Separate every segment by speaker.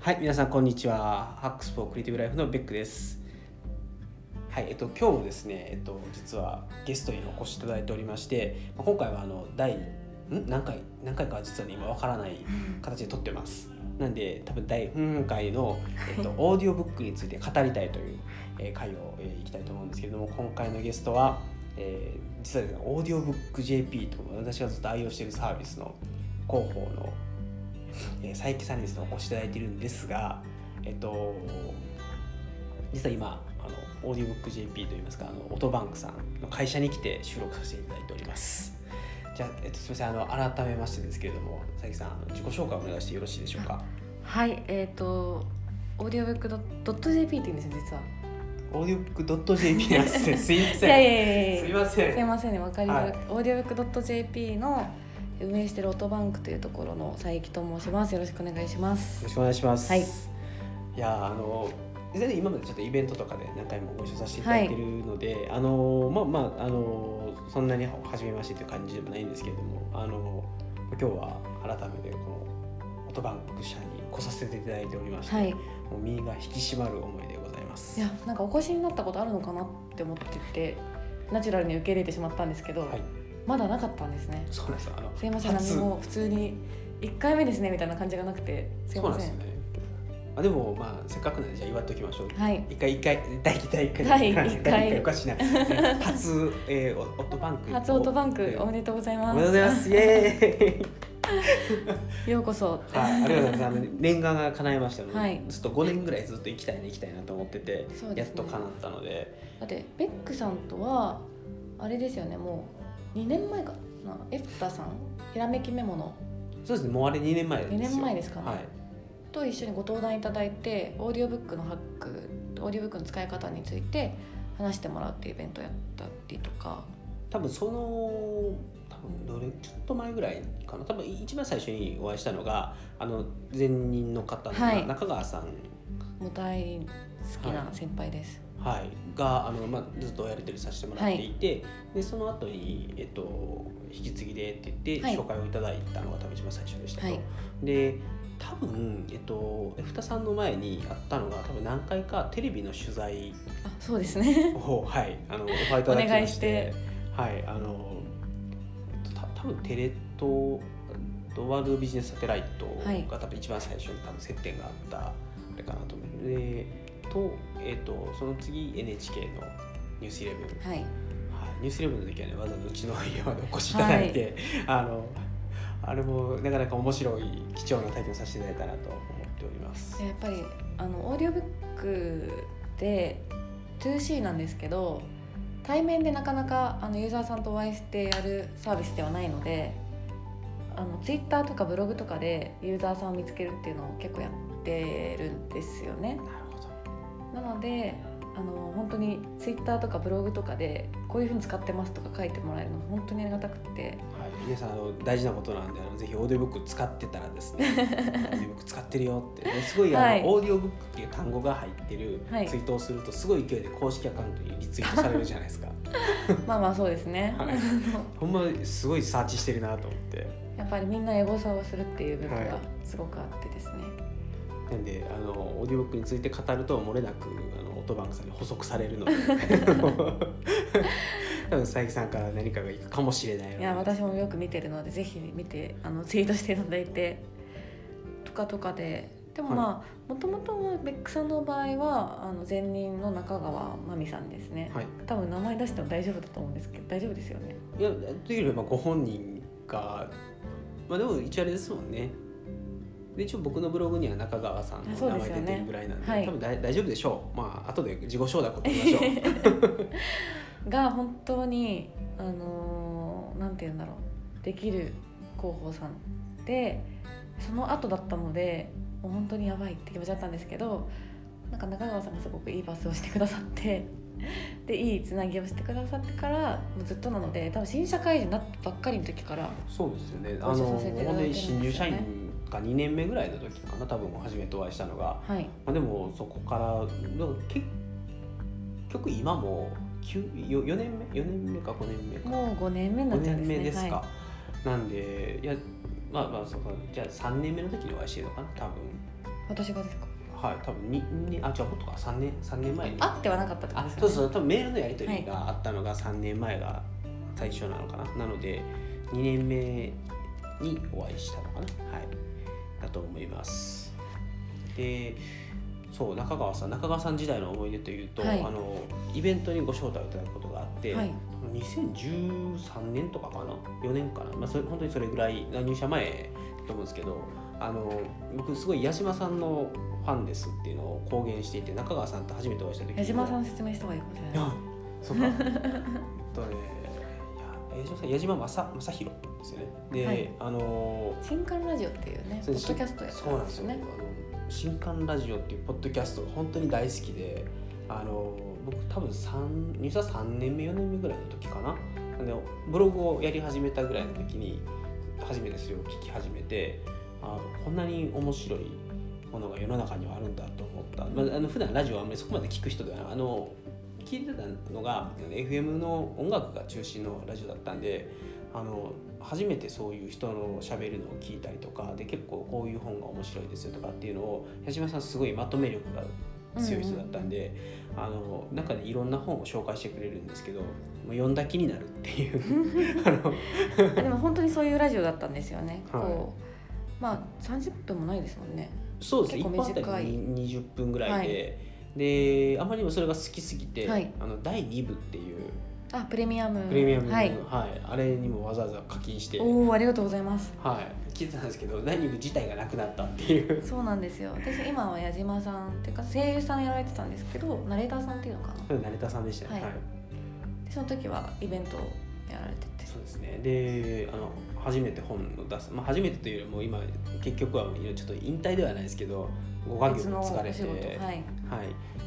Speaker 1: はい、皆さんこんにちは。ハックスフォークリエイティブライフのベックです。はい、えっと今日もですね、えっと実はゲストにお越しいただいておりまして、まあ今回はあの第ん何回何回かは実は、ね、今わからない形で撮ってます。なんで多分第うん回の、えっと、オーディオブックについて語りたいという、えー回を、えーいきたいと思うんですけれども今回のゲストは、えー実はですねオーディオブック JP と私がずっと愛用しているサービスの広報の、えー、佐伯さんにですねお越しいただいているんですがえっと実は今あのオーディオブック JP といいますかあのオートバンクさんの会社に来て収録させていただいております。じゃあ、えっと、すみませんあの改めましてですけれども佐伯さんあの自己紹介をお願いしてよろしいでしょうか。
Speaker 2: はい、えっ、と、オーディオブックドット JP って言うんですよ、実は。
Speaker 1: オーディオブックドット JP なんですね。すいません。
Speaker 2: いやいやいや
Speaker 1: す
Speaker 2: い
Speaker 1: い
Speaker 2: や。
Speaker 1: ませ
Speaker 2: すい
Speaker 1: ん。
Speaker 2: ませんね、わかりづらく、オーディオブックドット JP の運営してるオートバンクというところの佐伯と申します。よろしくお願いしま
Speaker 1: よ
Speaker 2: す
Speaker 1: ろ。しくお願いします。
Speaker 2: はい
Speaker 1: いやーあの以前今までちょっとイベントとかで何回もご一緒させていただいてるので、あのまあまああのそんなに初めましてという感じでもないんですけれども、あの今日は改めてこのオトバンク社に来させていただいておりまして、
Speaker 2: はい。い
Speaker 1: もう身が引き締まる思いでございます。
Speaker 2: や、なんかお越しになったことあるのかなって思ってて、ナチュラルに受け入れてしまったんですけど、
Speaker 1: はい
Speaker 2: まだなかったんですね。
Speaker 1: そうなんですよ。あの
Speaker 2: すいません、
Speaker 1: 初
Speaker 2: 何も普通に一回目ですねみたいな感じがなくて、すい
Speaker 1: そうな
Speaker 2: ま
Speaker 1: んで
Speaker 2: せ
Speaker 1: す
Speaker 2: ん。
Speaker 1: よね。あでもまあせっかくなんでじゃあ祝っておきましょう。
Speaker 2: はい。
Speaker 1: 一回一回第一第一回
Speaker 2: はい
Speaker 1: 第
Speaker 2: 一回
Speaker 1: 第おかしいな初、えー、オットバンク
Speaker 2: 初オートバンクおめ
Speaker 1: で
Speaker 2: でとうござい
Speaker 1: と
Speaker 2: ま
Speaker 1: う
Speaker 2: す。
Speaker 1: ございますイエーイ
Speaker 2: ようこそ。
Speaker 1: はいありがとうございます念願が叶いましたので、
Speaker 2: はい
Speaker 1: ちょっと五年ぐらいずっと行きたいな行きたいなと思ってて、
Speaker 2: そうで
Speaker 1: や
Speaker 2: す
Speaker 1: っ
Speaker 2: ね
Speaker 1: と叶ったので
Speaker 2: だってベックさんとはあれですよねもう2年前かなエフタさんひらめきメモの
Speaker 1: そうですねもうあれ二年前ですよ
Speaker 2: 二年前ですかね
Speaker 1: はい
Speaker 2: と一緒にご登壇いただいてオーディオブックのハックオーディオブックの使い方について話してもらうっていうイベントやったりとか
Speaker 1: 多分その多分どれちょっと前ぐらいかな多分一番最初にお会いしたのがあの前任の方の
Speaker 2: はい
Speaker 1: 中川さん、
Speaker 2: もう大好きな先輩です、
Speaker 1: はい、があの、まあ、ずっとやり取りさせてもらっていて、でその後に、えっと引き継ぎでって言って
Speaker 2: はい
Speaker 1: 紹介をいただいたのが多分一番最初でしたと、
Speaker 2: はい
Speaker 1: で多分、えっと、ふたさんの前にあったのが多分何回かテレビの取材
Speaker 2: あそうですね
Speaker 1: を、はい、あのオファーいただき
Speaker 2: お願
Speaker 1: ま
Speaker 2: い
Speaker 1: し
Speaker 2: してて
Speaker 1: はいあのえっとた多分テレ東ワールドビジネスサテライト
Speaker 2: はい
Speaker 1: が多分一番最初に多分接点があったあれかなと思うでと,、えっとその次 NHK の「ニュースイレブンはい
Speaker 2: はい
Speaker 1: ニュースイレブンの時はねわざわざうちの家までお越しいただいて、あのあれもなかなか面白い貴重な体験をさせていただいたなと思っております。
Speaker 2: でやっぱりあのオーディオブックで 2C なんですけど対面でなかなかあのユーザーさんとお会いしてやるサービスではないのであの Twitter とかブログとかでユーザーさんを見つけるっていうのを結構やってるんですよね
Speaker 1: なるほど
Speaker 2: なのであの本当に Twitter とかブログとかでこういうふうに使ってますとか書いてもらえるの本当にありがたくて
Speaker 1: はい、皆さんあの大事なことなんであのぜひオーディオブック使ってたらです ねオーディオブック使ってるよって、ね、すごいあの、
Speaker 2: はい
Speaker 1: オーディオブックっていう単語が入ってる
Speaker 2: はい
Speaker 1: ツイートをするとすごい勢いで公式アカウントにリツイートされるじゃない ですか、
Speaker 2: まあまあそうですね、
Speaker 1: はいほんますごいサーチしてるなと思って
Speaker 2: やっぱりみんなエゴサをするっていう部分
Speaker 1: は
Speaker 2: が
Speaker 1: い
Speaker 2: すごくあってですね、
Speaker 1: なんであのオーディオブックについて語ると漏れなくあのオートバンクさんに補足される ので多分佐伯さんから何かがいくかもしれないので
Speaker 2: いや私もよく見てるのでぜひ見てあのツイートしていただいてとかとかででもまあもともとはベックさんの場合はあの前任の中川真美さんですね、
Speaker 1: はい
Speaker 2: 多分名前出しても大丈夫だと思うんですけど大丈夫ですよね
Speaker 1: いやというよりはまあご本人がまあでも一応あれですもんねで一応僕のブログには中川さん
Speaker 2: あ
Speaker 1: の
Speaker 2: そう
Speaker 1: 名
Speaker 2: です
Speaker 1: 前
Speaker 2: よ
Speaker 1: 出
Speaker 2: ね
Speaker 1: てるぐらいなんで
Speaker 2: はい
Speaker 1: 多分大大丈夫でしょうまあ後で自己承諾取りましょう
Speaker 2: が本当にあのーなんて言うんだろうできる広報さんでその後だったのでもう本当にやばいって気持ちだったんですけどなんか中川さんがすごくいいパスをしてくださってでいいつなぎをしてくださってからもうずっとなので多分新社会人になったばっかりの時から
Speaker 1: そうですよねあの
Speaker 2: ご一緒させていただいてるんですよ
Speaker 1: 本当に新
Speaker 2: ね
Speaker 1: 入社員が2年目ぐらいの時かな多分初めてお会いしたのが、
Speaker 2: はい
Speaker 1: まあ、でもそこからでも結局今も4年目4年目か5年目か
Speaker 2: もう5年目にな
Speaker 1: 5
Speaker 2: っちゃう
Speaker 1: 年
Speaker 2: んですね
Speaker 1: 目ですか、
Speaker 2: は
Speaker 1: なんでいやまあまあそうかじゃあ3年目の時にお会いしてるのかな多分
Speaker 2: い私がですか
Speaker 1: はい多分ににあじゃあもっとか3年三年前に
Speaker 2: あってはなかったってこと
Speaker 1: あ
Speaker 2: です
Speaker 1: そ
Speaker 2: よ
Speaker 1: う
Speaker 2: ね
Speaker 1: そう多分メールのやり取りがあったのが3年前が最初なのかな、なので2年目にお会いしたのかなはいだと思いますでそう中川さん中川さん時代の思い出というと、
Speaker 2: はい
Speaker 1: あのイベントにご招待をいただくことがあって、
Speaker 2: はい
Speaker 1: 2013年とかかな4年かな、まあ、それ本当にそれぐらい入社前だと思うんですけどあの僕すごい矢島さんのファンですっていうのを公言していて中川さんと初めてお会いした時に
Speaker 2: 矢島さん説明した方がいいかもし
Speaker 1: い
Speaker 2: れない
Speaker 1: やそうかえっとねいや矢島さん矢島正正弘ですよねで、
Speaker 2: はい
Speaker 1: あの
Speaker 2: 新刊ラジオっていうね
Speaker 1: そ
Speaker 2: ポ
Speaker 1: う
Speaker 2: ッドキャストやって
Speaker 1: そう
Speaker 2: た
Speaker 1: なんん
Speaker 2: で
Speaker 1: です
Speaker 2: す
Speaker 1: よ、
Speaker 2: ね
Speaker 1: あの新刊ラジオっていうポッドキャストが本当に大好きであの僕多分三入社3年目4年目ぐらいの時かなでブログをやり始めたぐらいの時に初めてそれを聞き始めてあこんなに面白いものが世の中にはあるんだと思った、まあ、あの普段ラジオはあんまりそこまで聞く人ではないあの聞いてたのがあの FM の音楽が中心のラジオだったんであの初めてそういう人のしゃべるのを聞いたりとかで結構こういう本が面白いですよとかっていうのを矢島さんすごいまとめ力が強い人だったんで、あの中でいろんな本を紹介してくれるんですけどもう読んだ気になるっていうあの
Speaker 2: あ でも本当にそういうラジオだったんですよね、
Speaker 1: はい
Speaker 2: こうまあ30分もないですもんね
Speaker 1: そうですね
Speaker 2: 結
Speaker 1: 一
Speaker 2: 構
Speaker 1: 般
Speaker 2: 短い
Speaker 1: 的に20分ぐらいで、であまりにもそれが好きすぎて、
Speaker 2: はい
Speaker 1: あの第2部っていう
Speaker 2: あプレミアム
Speaker 1: プレミアムの、
Speaker 2: はい
Speaker 1: はい、あれにもわざわざ課金して、はい、
Speaker 2: おおありがとうございます
Speaker 1: 聞いてたんですけど第2部自体がなくなったっていう。
Speaker 2: そうなんですよ私今は矢島さんっていうか声優さんやられてたんですけどナレーターさんっていうのかな
Speaker 1: それ成田さんでしたね、
Speaker 2: はい
Speaker 1: はい
Speaker 2: でその時はイベントをやられてて
Speaker 1: そうですねであの初めて本を出す、まあ、初めてというよりも今結局はちょっと引退ではないですけどご家
Speaker 2: 別
Speaker 1: 業を
Speaker 2: のお仕
Speaker 1: 疲れて、
Speaker 2: 事はい
Speaker 1: はい、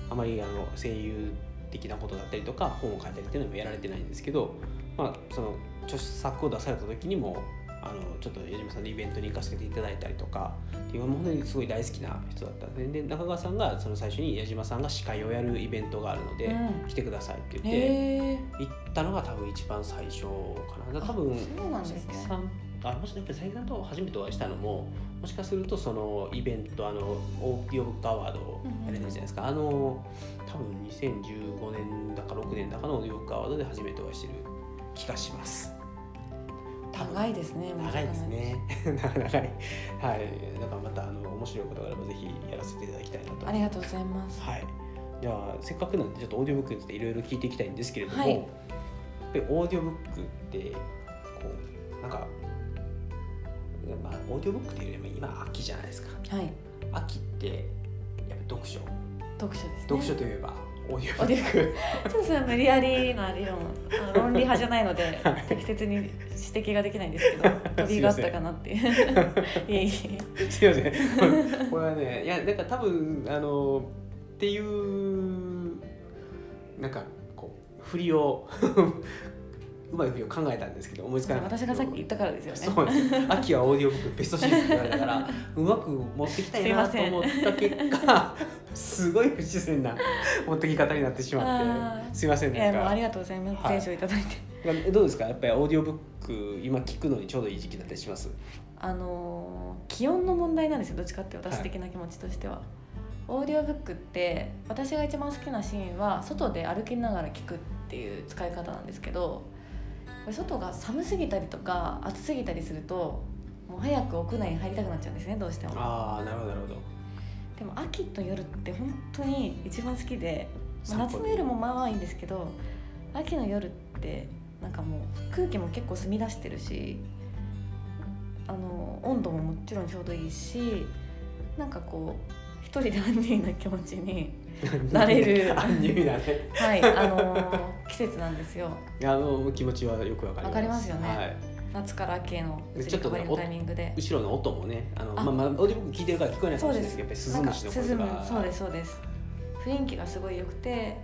Speaker 1: あまりあの声優的なことだったりとか本を書いたりっていうのもやられてないんですけど、まあ、その著作を出された時にもあのちょっと矢島さんのイベントに行かせていただいたりとかっていうもう本当にすごい大好きな人だったんですねで中川さんがその最初に矢島さんが司会をやるイベントがあるので、
Speaker 2: うん
Speaker 1: 来てくださいって言って。
Speaker 2: へえ
Speaker 1: 行ったのが多分一番最初かなだから多分
Speaker 2: そうなんですね
Speaker 1: 佐伯さんあもしやっぱり佐伯さんと初めてお会いしたのももしかするとそのイベントあのオーディオブックアワードをやれてるじゃないですか、あの多分2015年だか6年だかのオーディオブックアワードで初めてお会いしてる気がします多分
Speaker 2: 長いですね
Speaker 1: 長いですね 長いはいだからまたあの面白いことがあればぜひやらせていただきたいなと
Speaker 2: ありがとうございます
Speaker 1: はい、じゃあせっかくなんでちょっとオーディオブックについていろいろ聞いていきたいんですけれども、
Speaker 2: はい
Speaker 1: やっぱりオーディオブックってこうなんか、まあ、オーディオブックっていうよりも今秋じゃないですか
Speaker 2: はい
Speaker 1: 秋ってやっぱ読書、
Speaker 2: 読書ですね
Speaker 1: 読書
Speaker 2: ち
Speaker 1: といえばオーディオブッ ク
Speaker 2: ょっとそれは無理やりな理論あの論理派じゃないの で
Speaker 1: はい
Speaker 2: 適切に指摘ができないんですけど飛びがあったかなって いういえいえ
Speaker 1: すいませんこれはねいやなんか多分あのっていうなんかこう振りを うまい振りを考えたんですけど思いつかなかった
Speaker 2: 私がさっき言ったからですよね
Speaker 1: そうです秋はオーディオブックベストシーズンって言われたからうまく持ってきたいな
Speaker 2: す
Speaker 1: と
Speaker 2: いません
Speaker 1: 思った結果すごい不自然な持ってき方になってしまっ
Speaker 2: あー
Speaker 1: てすいません
Speaker 2: いやもうあ
Speaker 1: な
Speaker 2: り
Speaker 1: ん
Speaker 2: がとうございます
Speaker 1: はい
Speaker 2: 選手をいただいて
Speaker 1: かどうですかやっぱりオーディオブック今聞くのにちょうどいい時期だったりします
Speaker 2: あのー気温の問題なんですよどっちかって私的な気持ちとしては、オーディオブックって私が一番好きなシーンは外で歩きながら聞くっていう使い方なんですけどこれ外が寒すぎたりとか暑すぎたりするともう早く屋内に入りたくなっちゃうんですねどうしても
Speaker 1: ああなるほどなるほど
Speaker 2: でも秋と夜って本当に一番好きで、まあ
Speaker 1: 散歩
Speaker 2: 夏の夜もまあまあいいんですけど秋の夜ってなんかもう空気も結構澄み出してるしあの温度ももちろんちょうどいいしなんかこう一人でアンニュイな気持ちに、慣れる
Speaker 1: あニューだね
Speaker 2: はい、あの季節なんですよ
Speaker 1: いやあの気持ちはよくわかります。
Speaker 2: わかりますよね
Speaker 1: はい、
Speaker 2: 夏から秋への移り
Speaker 1: ちょっと
Speaker 2: 変わ
Speaker 1: ね
Speaker 2: りのタイミングで。
Speaker 1: 後ろの音もね、あの
Speaker 2: あ
Speaker 1: まあまあオーディオブック聞いてるから聞こえないか
Speaker 2: そ
Speaker 1: も
Speaker 2: う
Speaker 1: しれ
Speaker 2: で
Speaker 1: ないです
Speaker 2: す。
Speaker 1: けど、やっぱり
Speaker 2: なんか
Speaker 1: スズムシの声とか。
Speaker 2: そうですそうです。雰囲気がすごい良くて、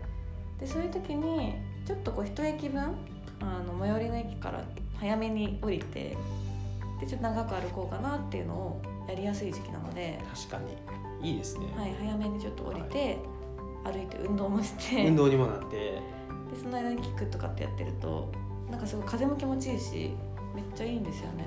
Speaker 2: でそういう時にちょっとこう一駅分あの最寄りの駅から早めに降りて、でちょっと長く歩こうかなっていうのをやりやすい時期なので、
Speaker 1: 確かにいいですね。
Speaker 2: はい早めにちょっと降りて、歩いて運動もして、
Speaker 1: 運
Speaker 2: で
Speaker 1: 動にもなって、
Speaker 2: その間に聞くとかってやってると、なんかすごい風も気持ちいいし、めっちゃいいんですよね。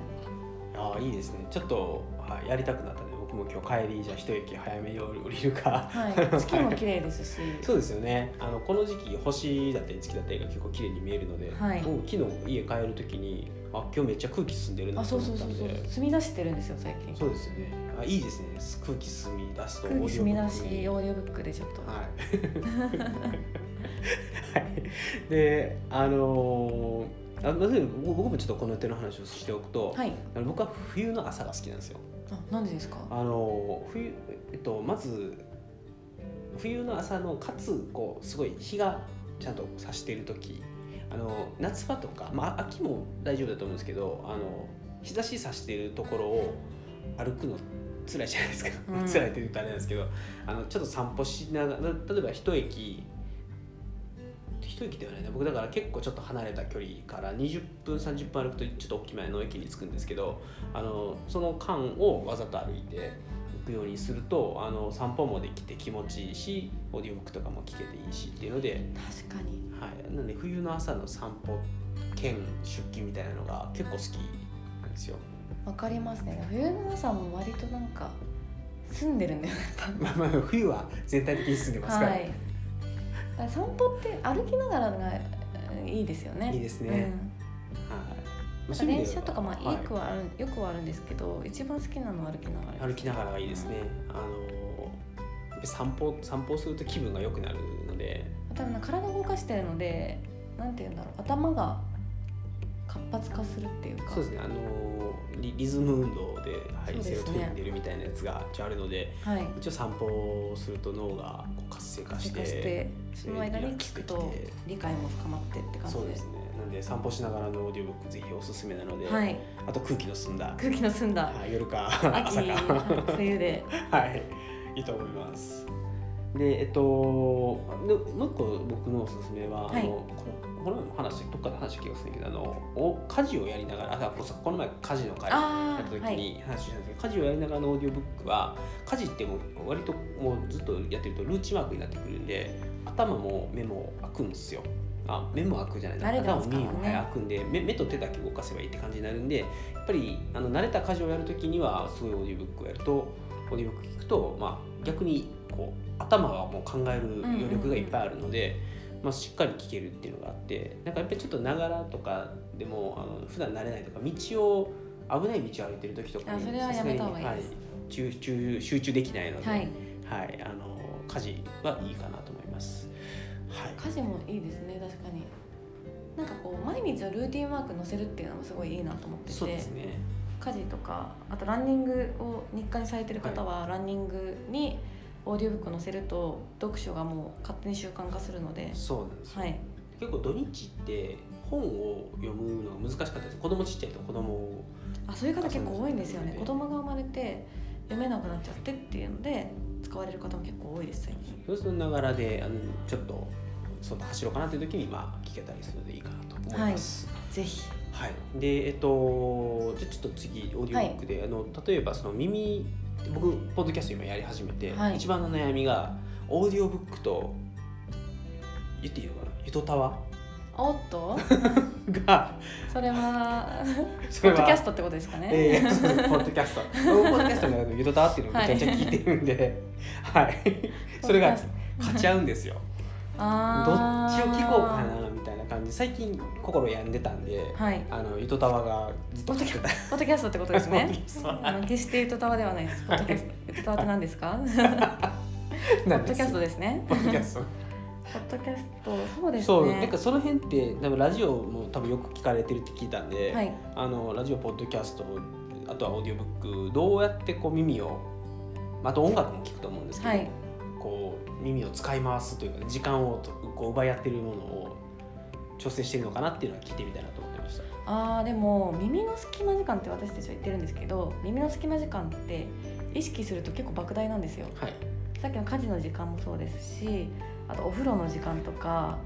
Speaker 1: やああいいですねちょっと、はい、やりたくなったので僕も今日帰りじゃあ一駅早めに降りるか
Speaker 2: はい、月も綺麗ですし
Speaker 1: そうですよねあのこの時期星だったり月だったりが結構綺麗に見えるので、
Speaker 2: はい
Speaker 1: 僕昨日家帰る時にあ今日めっちゃ空気進んでるな
Speaker 2: あ
Speaker 1: と
Speaker 2: そう
Speaker 1: 思
Speaker 2: そう
Speaker 1: った
Speaker 2: そうんそう
Speaker 1: で
Speaker 2: 住み出してるんですよ最近
Speaker 1: そうですよねあいいですね空気澄み出すと
Speaker 2: 空気住み出
Speaker 1: オーディオブックに
Speaker 2: しオーディオブックでちょっと、
Speaker 1: はい はい、であのーあまず僕僕もちょっとこの手の話をしておくと、
Speaker 2: はい、
Speaker 1: あの僕は冬の朝が好きなんですよ。
Speaker 2: あなんでですか
Speaker 1: あのー冬えっとまず冬の朝のかつこうすごい日がちゃんと差している時あの夏場とか、まあ、秋も大丈夫だと思うんですけどあの日差し差しているところを歩くの辛いじゃないですか、
Speaker 2: うん
Speaker 1: 辛いって言うとあれなんですけどあのちょっと散歩しながら例えば一駅一駅ではないな僕だから結構ちょっと離れた距離から20分30分歩くとちょっと大きめの駅に着くんですけどあのその間をわざと歩いて行くようにするとあの散歩もできて気持ちいいしオーディオブックとかも聞けていいしっていうので、
Speaker 2: 確かに
Speaker 1: はい、なんで冬の朝の散歩兼出勤みたいなのが結構好きなんですよ。
Speaker 2: わかりますね冬の朝も割となんか住んでるんだよね
Speaker 1: まあまあ冬は全体的に住んでますから、、
Speaker 2: はいいだから散歩って歩きながらがうんいいですよね
Speaker 1: いですね。
Speaker 2: うん
Speaker 1: はいまあ
Speaker 2: なん
Speaker 1: そ
Speaker 2: か
Speaker 1: ういう意
Speaker 2: 電
Speaker 1: 味で
Speaker 2: 車
Speaker 1: は
Speaker 2: とかまあ
Speaker 1: はい
Speaker 2: よくはある、よくはあるんですけど一番好きなのは歩きながら
Speaker 1: 歩きながらがいいですね。あのやっぱり散歩散歩すると気分が良くなるので、
Speaker 2: 多分なんか体を動かしてるのでなんて言うんだろう頭が活発化するっていうか
Speaker 1: そうですね。あのリリズム運動で、は
Speaker 2: そう
Speaker 1: い、
Speaker 2: で
Speaker 1: セ
Speaker 2: すね
Speaker 1: ロトニン出るみたいなやつが一応あるので、
Speaker 2: はい
Speaker 1: 一応散歩をすると脳がこう活性化
Speaker 2: 活
Speaker 1: し
Speaker 2: 性
Speaker 1: て、
Speaker 2: 化してその間に聞く
Speaker 1: リラ
Speaker 2: と
Speaker 1: ックスできて
Speaker 2: 理解も深まってって感じ
Speaker 1: そう
Speaker 2: で
Speaker 1: ですね。なんで散歩しながらのオーディオブックぜひおすすめなので、
Speaker 2: はい
Speaker 1: あと空気の澄んだ、
Speaker 2: 空気の澄んだ
Speaker 1: はい、夜か
Speaker 2: 秋
Speaker 1: 朝か。
Speaker 2: 冬で
Speaker 1: はい、いいと思います。で、えっと、でもう一個僕のおすすめは、
Speaker 2: はい
Speaker 1: あのこのこの前も話どっかで話した気がするんだけどあのお家事をやりながらあここの前家事の会やっ
Speaker 2: あ
Speaker 1: た時
Speaker 2: あはい
Speaker 1: に話したんですけど、家事をやりながらのオーディオブックは家事ってもう割ともうずっとやってるとルーチンワークになってくるんで頭も目も開くんですよ。あ目も開くじゃない
Speaker 2: 慣れて
Speaker 1: 頭
Speaker 2: ま
Speaker 1: も
Speaker 2: すから
Speaker 1: 耳
Speaker 2: ね
Speaker 1: もはい開くんで目目と手だけ動かせばいいって感じになるんでやっぱりあの慣れた家事をやるときにはすごいオーディオブックをやるとオーディオブック聞くと、まあ、逆にこう頭がもう考える余力がいっぱいあるので、まあ、しっかり聞けるっていうのがあってなんかやっぱりちょっとながらとかでもあの普段慣れないとか道を危ない道を歩いてる時とか
Speaker 2: あそれはやめた方がいいです
Speaker 1: さすがにはい集中集中できないので、
Speaker 2: は
Speaker 1: はいいあの家事はいいかなと思います。はい、
Speaker 2: 家事もいいですね確かになんかこう毎日はルーティンワーク載せるっていうのもすごいいいなと思ってて
Speaker 1: そうですね
Speaker 2: 家事とかあとランニングを日課にされてる方は、ランニングにオーディオブック載せると読書がもう勝手に習慣化するので、
Speaker 1: そうなんですよ
Speaker 2: はい、
Speaker 1: 結構土日って本を読むのが難しかったです子供ちっちゃいと子供を
Speaker 2: あそういう方結構多いんですよね
Speaker 1: そうで
Speaker 2: 子
Speaker 1: すね
Speaker 2: 供が生まれて読めなくなっちゃってっていうので使われる方も結構多いです最近
Speaker 1: そうするとながらであのちょっと外走ろうかなという時にまあ聞けたりするのでいいかなと思います。
Speaker 2: ぜひ
Speaker 1: はい、でえっとじゃあちょっと次オーディオブックで、あの例えばその耳僕ポッドキャスト今やり始めて、
Speaker 2: はい
Speaker 1: 一番の悩みがオーディオブックと言っていいのかなゆとたわ
Speaker 2: おっと
Speaker 1: が
Speaker 2: それは
Speaker 1: そ
Speaker 2: ポ
Speaker 1: れ
Speaker 2: ッ
Speaker 1: は
Speaker 2: ドキャストってことですかね、
Speaker 1: ええそうですポッドキャスト。僕ポッドキャストの中でもゆとたわっていうのをめちゃめちゃ聞いてるんで、 はい、それが勝ち合うんですよ。どっちを
Speaker 2: あー
Speaker 1: 聞こうかなみたいな感じ。最近心病んでたんで、
Speaker 2: はい
Speaker 1: あのゆとたわがずっと聞いてた。
Speaker 2: ポッドキャストってことです
Speaker 1: ポッド
Speaker 2: ね
Speaker 1: キャスト
Speaker 2: あの決してゆとたわではないですポッドキャストゆとたわって何で すかポ
Speaker 1: なん
Speaker 2: ッドキャスト
Speaker 1: で
Speaker 2: ですね
Speaker 1: す。ポッドキャスト。
Speaker 2: ポッドキャストそうですね
Speaker 1: そう、なんかその辺って多分ラジオも多分よく聞かれてるって聞いたんで、
Speaker 2: はい
Speaker 1: あのラジオポッドキャストあとはオーディオブックどうやってこう耳を、まあ、あと音楽も聞くと思うんですけど、
Speaker 2: はい
Speaker 1: こう耳を使い回すというか、時間をとこう奪い合ってるものを調整してるのかなっていうのは聞いてみたいなと思ってました。
Speaker 2: あーでも耳の隙間時間って私たちは言ってるんですけど耳の隙間時間って意識すると結構莫大なんですよ
Speaker 1: はい、
Speaker 2: さっきの家事の時間もそうですしあとお風呂の時間とか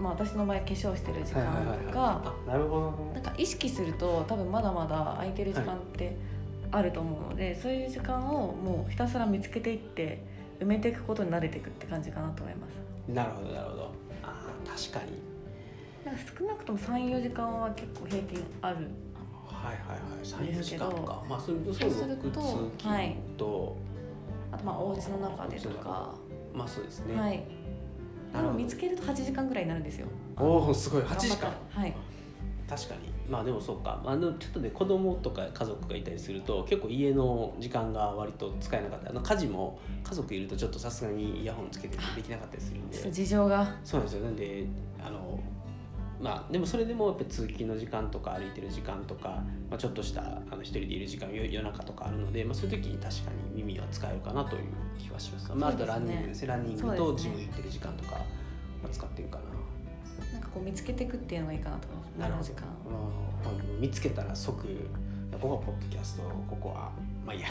Speaker 2: まあ私の場合化粧してる時間とか
Speaker 1: あなるほど
Speaker 2: なん
Speaker 1: ね。
Speaker 2: か意識すると多分まだまだ空いてる時間ってあると思うので、そういう時間をもうひたすら見つけていって埋めていくことに慣れていくって感じかなと思います
Speaker 1: なるほどなるほど。あー確かに。
Speaker 2: なんか少なくとも34時間は結構平均ある
Speaker 1: はいはいはい三
Speaker 2: で
Speaker 1: 四時
Speaker 2: すけ
Speaker 1: 間
Speaker 2: ど
Speaker 1: かまあそれこそ
Speaker 2: そうする
Speaker 1: 僕
Speaker 2: と
Speaker 1: 通
Speaker 2: は
Speaker 1: 勤
Speaker 2: い
Speaker 1: と
Speaker 2: あとまあお家の中でとか、
Speaker 1: まあそうですね、
Speaker 2: はいで
Speaker 1: なる
Speaker 2: も
Speaker 1: ほど
Speaker 2: 見つけると8時間ぐらいになるんですよ
Speaker 1: おおすごい8時間
Speaker 2: 頑張ったらはい
Speaker 1: 確かにまあでもそうかあのちょっとね子供とか家族がいたりすると結構家の時間が割と使えなかったあの家事も家族いるとちょっとさすがにイヤホンつけてできなかったりするんで
Speaker 2: ちょっと事情が
Speaker 1: そうなんですよなんであのまあでもそれでもやっぱ通勤の時間とか歩いてる時間とか、まあ、ちょっとしたあの一人でいる時間夜夜中とかあるので、まあ、そういう時に確かに耳は使えるかなという気はします、まあ、あ
Speaker 2: そ
Speaker 1: と
Speaker 2: うです
Speaker 1: ラン
Speaker 2: ね
Speaker 1: ニングですねランニン
Speaker 2: そ
Speaker 1: グ
Speaker 2: うです
Speaker 1: と
Speaker 2: ね
Speaker 1: ジム行ってる時間とか、まあ、使ってるかな。
Speaker 2: なんかこう見つけていくっていうのがいいかなと思います
Speaker 1: なるほど
Speaker 2: 時間
Speaker 1: まあまあ見つけたら即「ここはポッドキャストここはまあ いいや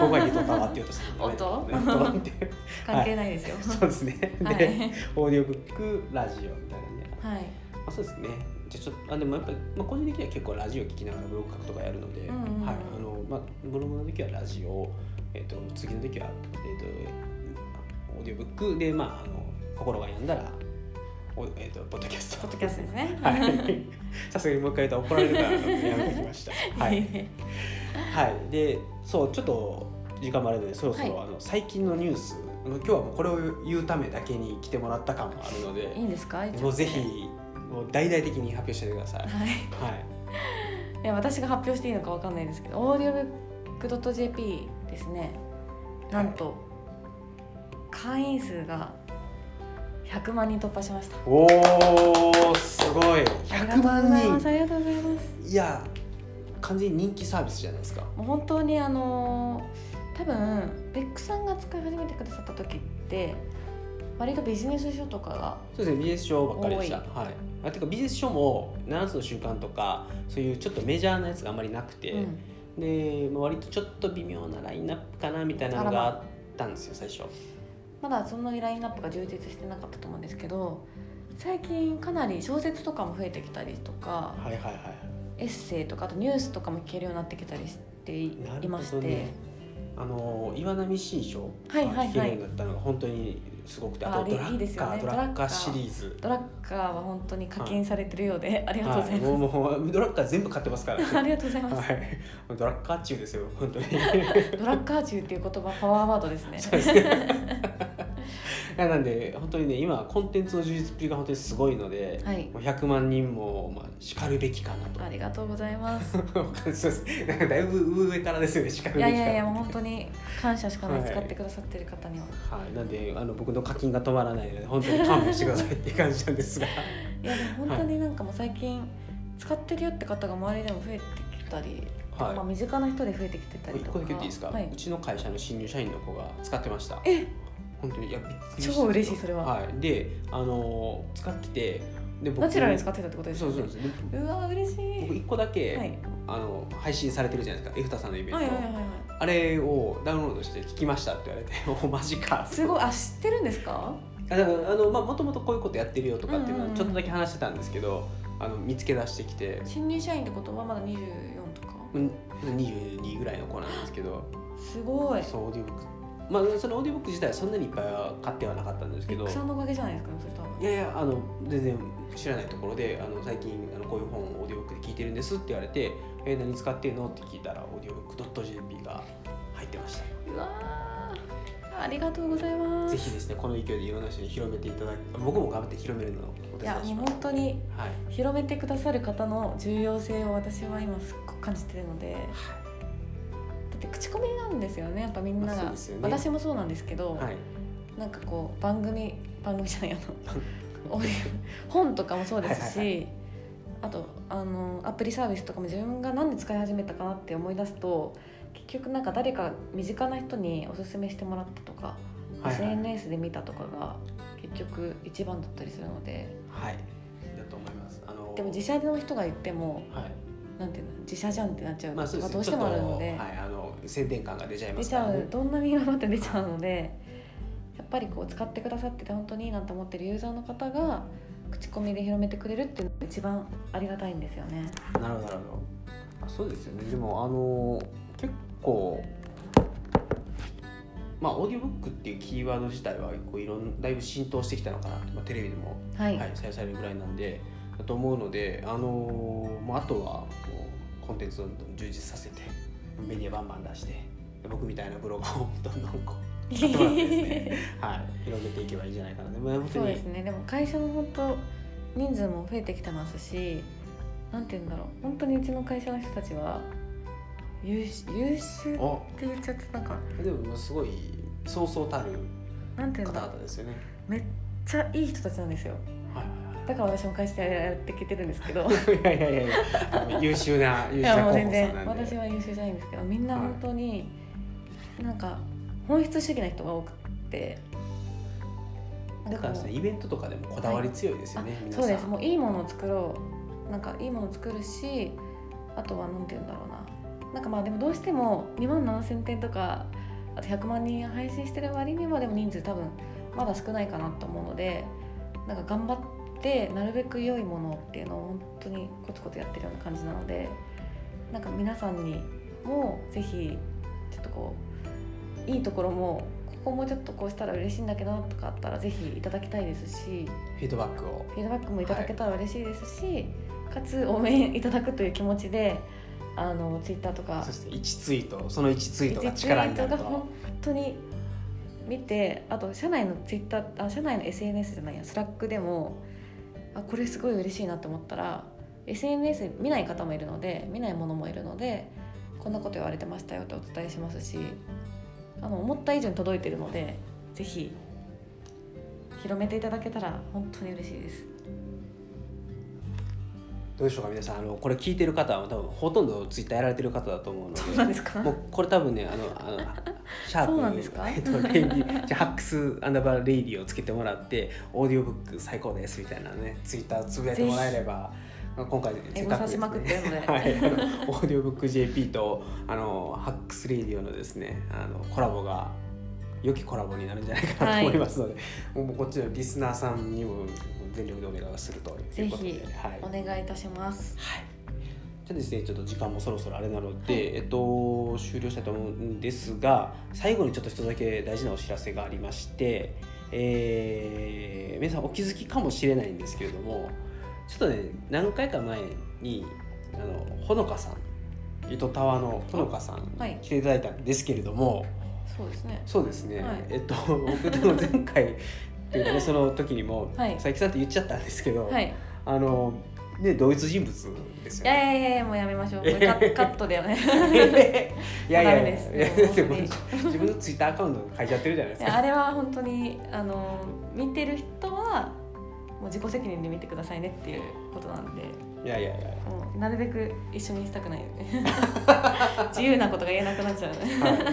Speaker 1: ここはゆとたわ」って言おうとしたん
Speaker 2: 音
Speaker 1: ね音って
Speaker 2: 関係ないですよ、
Speaker 1: そうですね、
Speaker 2: はい
Speaker 1: でオーディオブックラジオみたいなね
Speaker 2: はい、
Speaker 1: まあ、そうですね。じゃあちょっとあでもやっぱり、まあ、個人的には結構ラジオ聞きながらブログ書くとかやるので、
Speaker 2: うんうんうん
Speaker 1: はいあのまあ、ブログの時はラジオ、えっと次の時は、えっとオーディオブックで、まあ、あの心が病んだらお、えっとポッドキャスト
Speaker 2: ポッドキャストですね
Speaker 1: はい、さすがにもう一回言ったら怒られるからあのやめてきました。 はい、はい、でそうちょっと時間もあるのでそろそろ、
Speaker 2: は
Speaker 1: あの最近のニュース今日はもうこれを言うためだけに来てもらった感もあるので
Speaker 2: いいんですか一応
Speaker 1: もうぜひもう大々的に発表してくだ さい。はい。
Speaker 2: はいいや私が発表していいのかわかんないですけどオーディオブック .jp ですねなんと、会員数が100万人突破しました
Speaker 1: おおすごい。100万人。
Speaker 2: ありがとうございますありがとうございます
Speaker 1: いや完全に人気サービスじゃないですか。
Speaker 2: もう本当にあのー多分ベックさんが使い始めてくださった時って割とビジネス書とかが
Speaker 1: そうですねビジネス書ばっかりでした。
Speaker 2: 多
Speaker 1: はい。あてかビジネス書も7つの習慣とかそういうちょっとメジャーなやつがあんまりなくて、
Speaker 2: うん
Speaker 1: でまあ割とちょっと微妙なラインナップかなみたいなのがあったんですよ最初。
Speaker 2: まだそんなにラインナップが充実してなかったと思うんですけど最近かなり小説とかも増えてきたりとか
Speaker 1: はいはいはい。
Speaker 2: エッセイとかあとニュースとかも聞けるようになってきたりしてい
Speaker 1: なるほどね
Speaker 2: いまして、
Speaker 1: あの岩波新書
Speaker 2: はいはいはい
Speaker 1: 聞けるようになったのが本当にすごくてあ
Speaker 2: あ
Speaker 1: と
Speaker 2: れ
Speaker 1: ドラ
Speaker 2: いいで
Speaker 1: ッ
Speaker 2: す
Speaker 1: カ
Speaker 2: よ
Speaker 1: ー
Speaker 2: ね
Speaker 1: ドラッカ
Speaker 2: ドラッカ
Speaker 1: ー
Speaker 2: ー
Speaker 1: シリーズ。
Speaker 2: ドラッカーは本当に課金されてるようで、ありがとうご
Speaker 1: は
Speaker 2: ざい
Speaker 1: い、
Speaker 2: ます、
Speaker 1: も うもうドラッカー全部買ってますから、
Speaker 2: ありがとうございます、
Speaker 1: はい、ドラッカー中ですよ本 当に
Speaker 2: ドラッカー中っていう言葉パワーワードですね
Speaker 1: そうですねなんで本当にね今コンテンツの充実っぷりが本当にすごいので、
Speaker 2: はい
Speaker 1: もう100万人もまあ叱るべきかなと
Speaker 2: ありがとうございます
Speaker 1: そうですなんかだいぶ上からですよね叱る
Speaker 2: い
Speaker 1: べき
Speaker 2: や
Speaker 1: か
Speaker 2: いやいや
Speaker 1: な
Speaker 2: もう本当に感謝しかない、
Speaker 1: はい
Speaker 2: 使ってくださってる方には
Speaker 1: はい、なんであの僕の課金が止まらないので本当に勘弁してくださいっていう感じなん ですが
Speaker 2: いやでも本当になんかもう最近使ってるよって方が周りでも増えてきたり、
Speaker 1: はい
Speaker 2: まあ身近な人で増えてきてたり
Speaker 1: 一
Speaker 2: と
Speaker 1: 個
Speaker 2: か
Speaker 1: だけ言っていいですか、
Speaker 2: はいう
Speaker 1: ちの会社の新入社員の子が使ってました
Speaker 2: え
Speaker 1: 本当にいやびっくりした
Speaker 2: 超嬉しいそれは
Speaker 1: はいであのー使っててで僕
Speaker 2: ナチュラルに使ってたってことです
Speaker 1: そ
Speaker 2: よ
Speaker 1: う
Speaker 2: ね
Speaker 1: そうですで
Speaker 2: うわ嬉し
Speaker 1: 僕
Speaker 2: い
Speaker 1: 一個だけ、
Speaker 2: はい
Speaker 1: あの配信されてるじゃないですかエフタさんのイベント、
Speaker 2: はいはいはいは
Speaker 1: あれをダウンロードして聞きましたって言われて おマジか
Speaker 2: いすごいあ知ってるんですか
Speaker 1: あだからあのまあもともとこういうことやってるよとかっていう
Speaker 2: うん
Speaker 1: の
Speaker 2: うんう
Speaker 1: は
Speaker 2: ん
Speaker 1: ちょっとだけ話してたんですけど、あの見つけ出してきて
Speaker 2: 新入社員ってことはまだ24とか
Speaker 1: うん22ぐらいの子なんですけど
Speaker 2: すごい
Speaker 1: そうオーディオブックまあそのオーディオブック自体はそんなにいっぱいは買ってはなかったんですけ
Speaker 2: ビ
Speaker 1: ど
Speaker 2: ッグさんのおかげじゃないですかねそれ多分
Speaker 1: いやいやあの全然知らないところで「あの最近あのこういう本をオーディオブックで聞いてるんです」って言われて「えー何使ってんの?」って聞いたらオーディオブック .jp が入ってました
Speaker 2: うわーありがとうございます
Speaker 1: ぜひですねこの勢いでいろんな人に広めていただき僕も頑張って広めるのをお
Speaker 2: い
Speaker 1: 手
Speaker 2: や
Speaker 1: 伝いし
Speaker 2: もう
Speaker 1: ます
Speaker 2: 本当に
Speaker 1: はい、
Speaker 2: 広めてくださる方の重要性を私は今すっごく感じてるのでだって口コミなんですよねやっぱみんな
Speaker 1: まあそ
Speaker 2: が、
Speaker 1: うですよね
Speaker 2: 私もそうなんですけど、
Speaker 1: はい、
Speaker 2: なんかこう番組番組じゃないあの オーディオ本とかもそうですし、
Speaker 1: はいは
Speaker 2: あとあのアプリサービスとかも自分が何で使い始めたかなって思い出すと結局なんか誰か身近な人におすすめしてもらったとか、
Speaker 1: はいはい
Speaker 2: SNS で見たとかが結局一番だったりするので
Speaker 1: はい、だと思いますあの
Speaker 2: でも自社の人が言っても
Speaker 1: はい
Speaker 2: なんていうの自社じゃんってなっちゃう
Speaker 1: ま
Speaker 2: こ
Speaker 1: あそ
Speaker 2: と
Speaker 1: うで
Speaker 2: が
Speaker 1: すね
Speaker 2: どうしてもあるの
Speaker 1: ちょ
Speaker 2: で
Speaker 1: っと、はい、あの宣伝感が出ちゃいま
Speaker 2: 出
Speaker 1: す
Speaker 2: ち
Speaker 1: から
Speaker 2: ゃ
Speaker 1: ね
Speaker 2: うどんな身がって出ちゃうのでやっぱりこう使ってくださってて本当にいいなと思ってるユーザーの方が口コミで広めてくれるっていうのが一番ありがたいんですよね。
Speaker 1: なるほどなるほどあそうですよねでもあの結構まあオーディオブックっていうキーワード自体はこういろんだいぶ浸透してきたのかなって、まあ、テレビでも、
Speaker 2: はい、
Speaker 1: はい、採用されるぐらいなんでだと思うのであのまあ、あとはこうコンテンツをどんどん充実させてメディアバンバン出してで僕みたいなブロガーをどんどんこう買ってもらってです ね、はい、広げていけばいいんじゃないかなでも本当
Speaker 2: そう
Speaker 1: に
Speaker 2: ですねでも会社の本当人数も増えてきてますしなんて言うんだろう本当にうちの会社の人たちは優秀優秀って
Speaker 1: あ
Speaker 2: 言っちゃってなんか
Speaker 1: でもすごいそうそうたる
Speaker 2: なんて言う
Speaker 1: 方
Speaker 2: んだろう
Speaker 1: 々ですよね。
Speaker 2: めっちゃいい人たちなんですよ
Speaker 1: はい
Speaker 2: だから私も会社でやってきてるんですけど
Speaker 1: はいはい。いやいやいやいや優秀な優秀
Speaker 2: い
Speaker 1: な
Speaker 2: やも
Speaker 1: 候補
Speaker 2: う
Speaker 1: さ
Speaker 2: 全
Speaker 1: ん
Speaker 2: 然
Speaker 1: なん
Speaker 2: 私
Speaker 1: で。
Speaker 2: は優秀じゃないんですけどみんな本当に、なんか本質主義な人が多くって
Speaker 1: だからですねイベントとかでもこだわり強いですよね、
Speaker 2: あ
Speaker 1: 皆
Speaker 2: そ
Speaker 1: さん。
Speaker 2: うですもういいものを作ろうなんかいいものを作るしあとは何て言うんだろうななんかまあでもどうしても2万7,000点とかあと100万人配信してる割にはでも人数多分まだ少ないかなと思うのでなんか頑張ってなるべく良いものっていうのを本当にコツコツやってるような感じなのでなんか皆さんにもぜひちょっとこういいところもここもうちょっとこうしたら嬉しいんだけどとかあったらぜひいただきたいですし
Speaker 1: フィードバックを。
Speaker 2: フィードバックもいただけたら嬉しいですし、かつ応援いただくという気持ちであのツイッターとか
Speaker 1: そして1ツイートその1ツイートが
Speaker 2: ツイ
Speaker 1: 力
Speaker 2: ー
Speaker 1: にな
Speaker 2: ト
Speaker 1: る
Speaker 2: が
Speaker 1: と
Speaker 2: 本当に見てあと社内のツイッターあ社内の SNS じゃないやスラックでもあこれすごい嬉しいなと思ったら SNS 見ない方もいるので見ないものもいるのでこんなこと言われてましたよってお伝えしますしあの思った以上に届いてるのでぜひ広めていただけたら本当に嬉しいです。
Speaker 1: どうでしょうか皆さんあのこれ聞いてる方は多分ほとんどツイッターやられてる方だと思うので
Speaker 2: そうなんですか
Speaker 1: もうこれ多分ねあの あのシャープ
Speaker 2: そうなんですか
Speaker 1: えっとレイディじゃあハックスアンダーバーレイディをつけてもらってオーディオブック最高ですみたいなねツイッターつぶやいてもらえればまあ今回
Speaker 2: エゴサしまくってるので
Speaker 1: はい、あのオーディオブック JP とあのハックスレイディオのですねあのコラボが良きコラボになるんじゃないかなと思いますので、もうこっちのリスナーさんにも全力でお願いをするということで
Speaker 2: ぜひ
Speaker 1: はい
Speaker 2: お願いいたします。
Speaker 1: はい。じゃあですね、ちょっと時間もそろそろあれなので、えっと終了したいと思うんですが、最後にちょっと一つだけ大事なお知らせがありまして、えー皆さんお気づきかもしれないんですけれども、ちょっとね何回か前にあのほのかさん、糸タワーのほのかさん
Speaker 2: はい
Speaker 1: 来ていただいたんですけれども、
Speaker 2: そうですね。
Speaker 1: そうですね。
Speaker 2: はい
Speaker 1: えっと僕との前回というかねその時にも、
Speaker 2: はい
Speaker 1: 佐伯さんって言っちゃったんですけど、
Speaker 2: はい。
Speaker 1: あのね同一人物ですよ
Speaker 2: い
Speaker 1: ね。
Speaker 2: やいやいやもうやめましょう。これカ ッカットだよね。
Speaker 1: いやいやいや
Speaker 2: ダ
Speaker 1: い
Speaker 2: メ
Speaker 1: や
Speaker 2: です
Speaker 1: だってもう
Speaker 2: もう
Speaker 1: 自分のツイッターアカウント変えちゃってるじゃないです
Speaker 2: いや
Speaker 1: か。
Speaker 2: あれは本当にあの見てる人はもう自己責任で見てくださいねっていうことなんで、
Speaker 1: いやいやいや。
Speaker 2: もうなるべく一緒にしたくないよ ね。自由なことが言えなくなっちゃうね。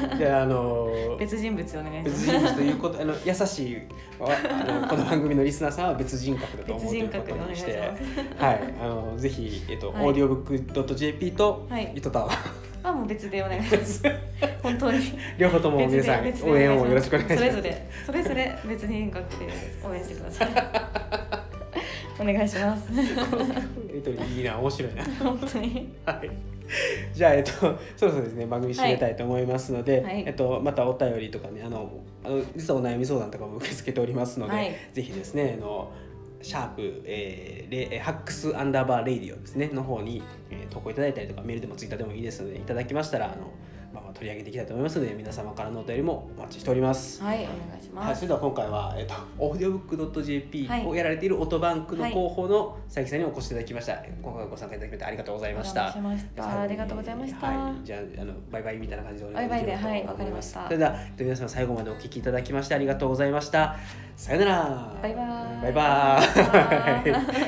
Speaker 1: はい、じゃああのー
Speaker 2: 別人物お願いしま
Speaker 1: 別
Speaker 2: す。
Speaker 1: 人物ということあの優しいわあのこの番組のリスナーさんは別人格だと思
Speaker 2: 別
Speaker 1: うという
Speaker 2: 人
Speaker 1: こ
Speaker 2: 格で
Speaker 1: と
Speaker 2: お願い
Speaker 1: に
Speaker 2: し
Speaker 1: して、はい
Speaker 2: ます。
Speaker 1: あのぜひえっと、
Speaker 2: はい
Speaker 1: オーディオブックドット JP と
Speaker 2: はい。
Speaker 1: 糸タワー
Speaker 2: あもう別でお願いします。本当に。
Speaker 1: 両方とも皆さん応援をよろしくお願いします。
Speaker 2: それぞれそれぞれ別人格で応援してください お願いします
Speaker 1: えっといいな面白いな。
Speaker 2: 本当に
Speaker 1: はい。じゃあ、えっと、そろそろですね、番組締めたいと思いますので、
Speaker 2: はい
Speaker 1: えっと、またお便りとかね、あの、あの、実はお悩み相談とかも受け付けておりますので、
Speaker 2: はい
Speaker 1: ぜひですね、あの。シャープ、えーレえーハックスアンダーバーレイディオですねの方に、えー投稿いただいたりとかメールでもツイッターでもいいですのでいただきましたらあの、まあまあ、取り上げていきたいと思いますので皆様からのお便りもお待ちしております。
Speaker 2: はいお願いし
Speaker 1: は
Speaker 2: ま
Speaker 1: い、そ
Speaker 2: す
Speaker 1: れでは今回は、えっと、オーディオブックドット JP
Speaker 2: はい
Speaker 1: をやられているオトバンクの
Speaker 2: はい
Speaker 1: 広報の佐伯さんにお越しいただきました。今回はご参加いただきましてありがとうございました。
Speaker 2: お邪魔しました
Speaker 1: 最後に
Speaker 2: ありがとうございました
Speaker 1: はい、じゃああのバイバイみたいな感じでお願いできればと
Speaker 2: バイバイではい
Speaker 1: 思ます
Speaker 2: わ
Speaker 1: そ
Speaker 2: か
Speaker 1: れ
Speaker 2: り
Speaker 1: ではえっと皆様最後までお聞きいただきましてありがとうございました。さよなら。
Speaker 2: バイバー イ
Speaker 1: バイバーイ。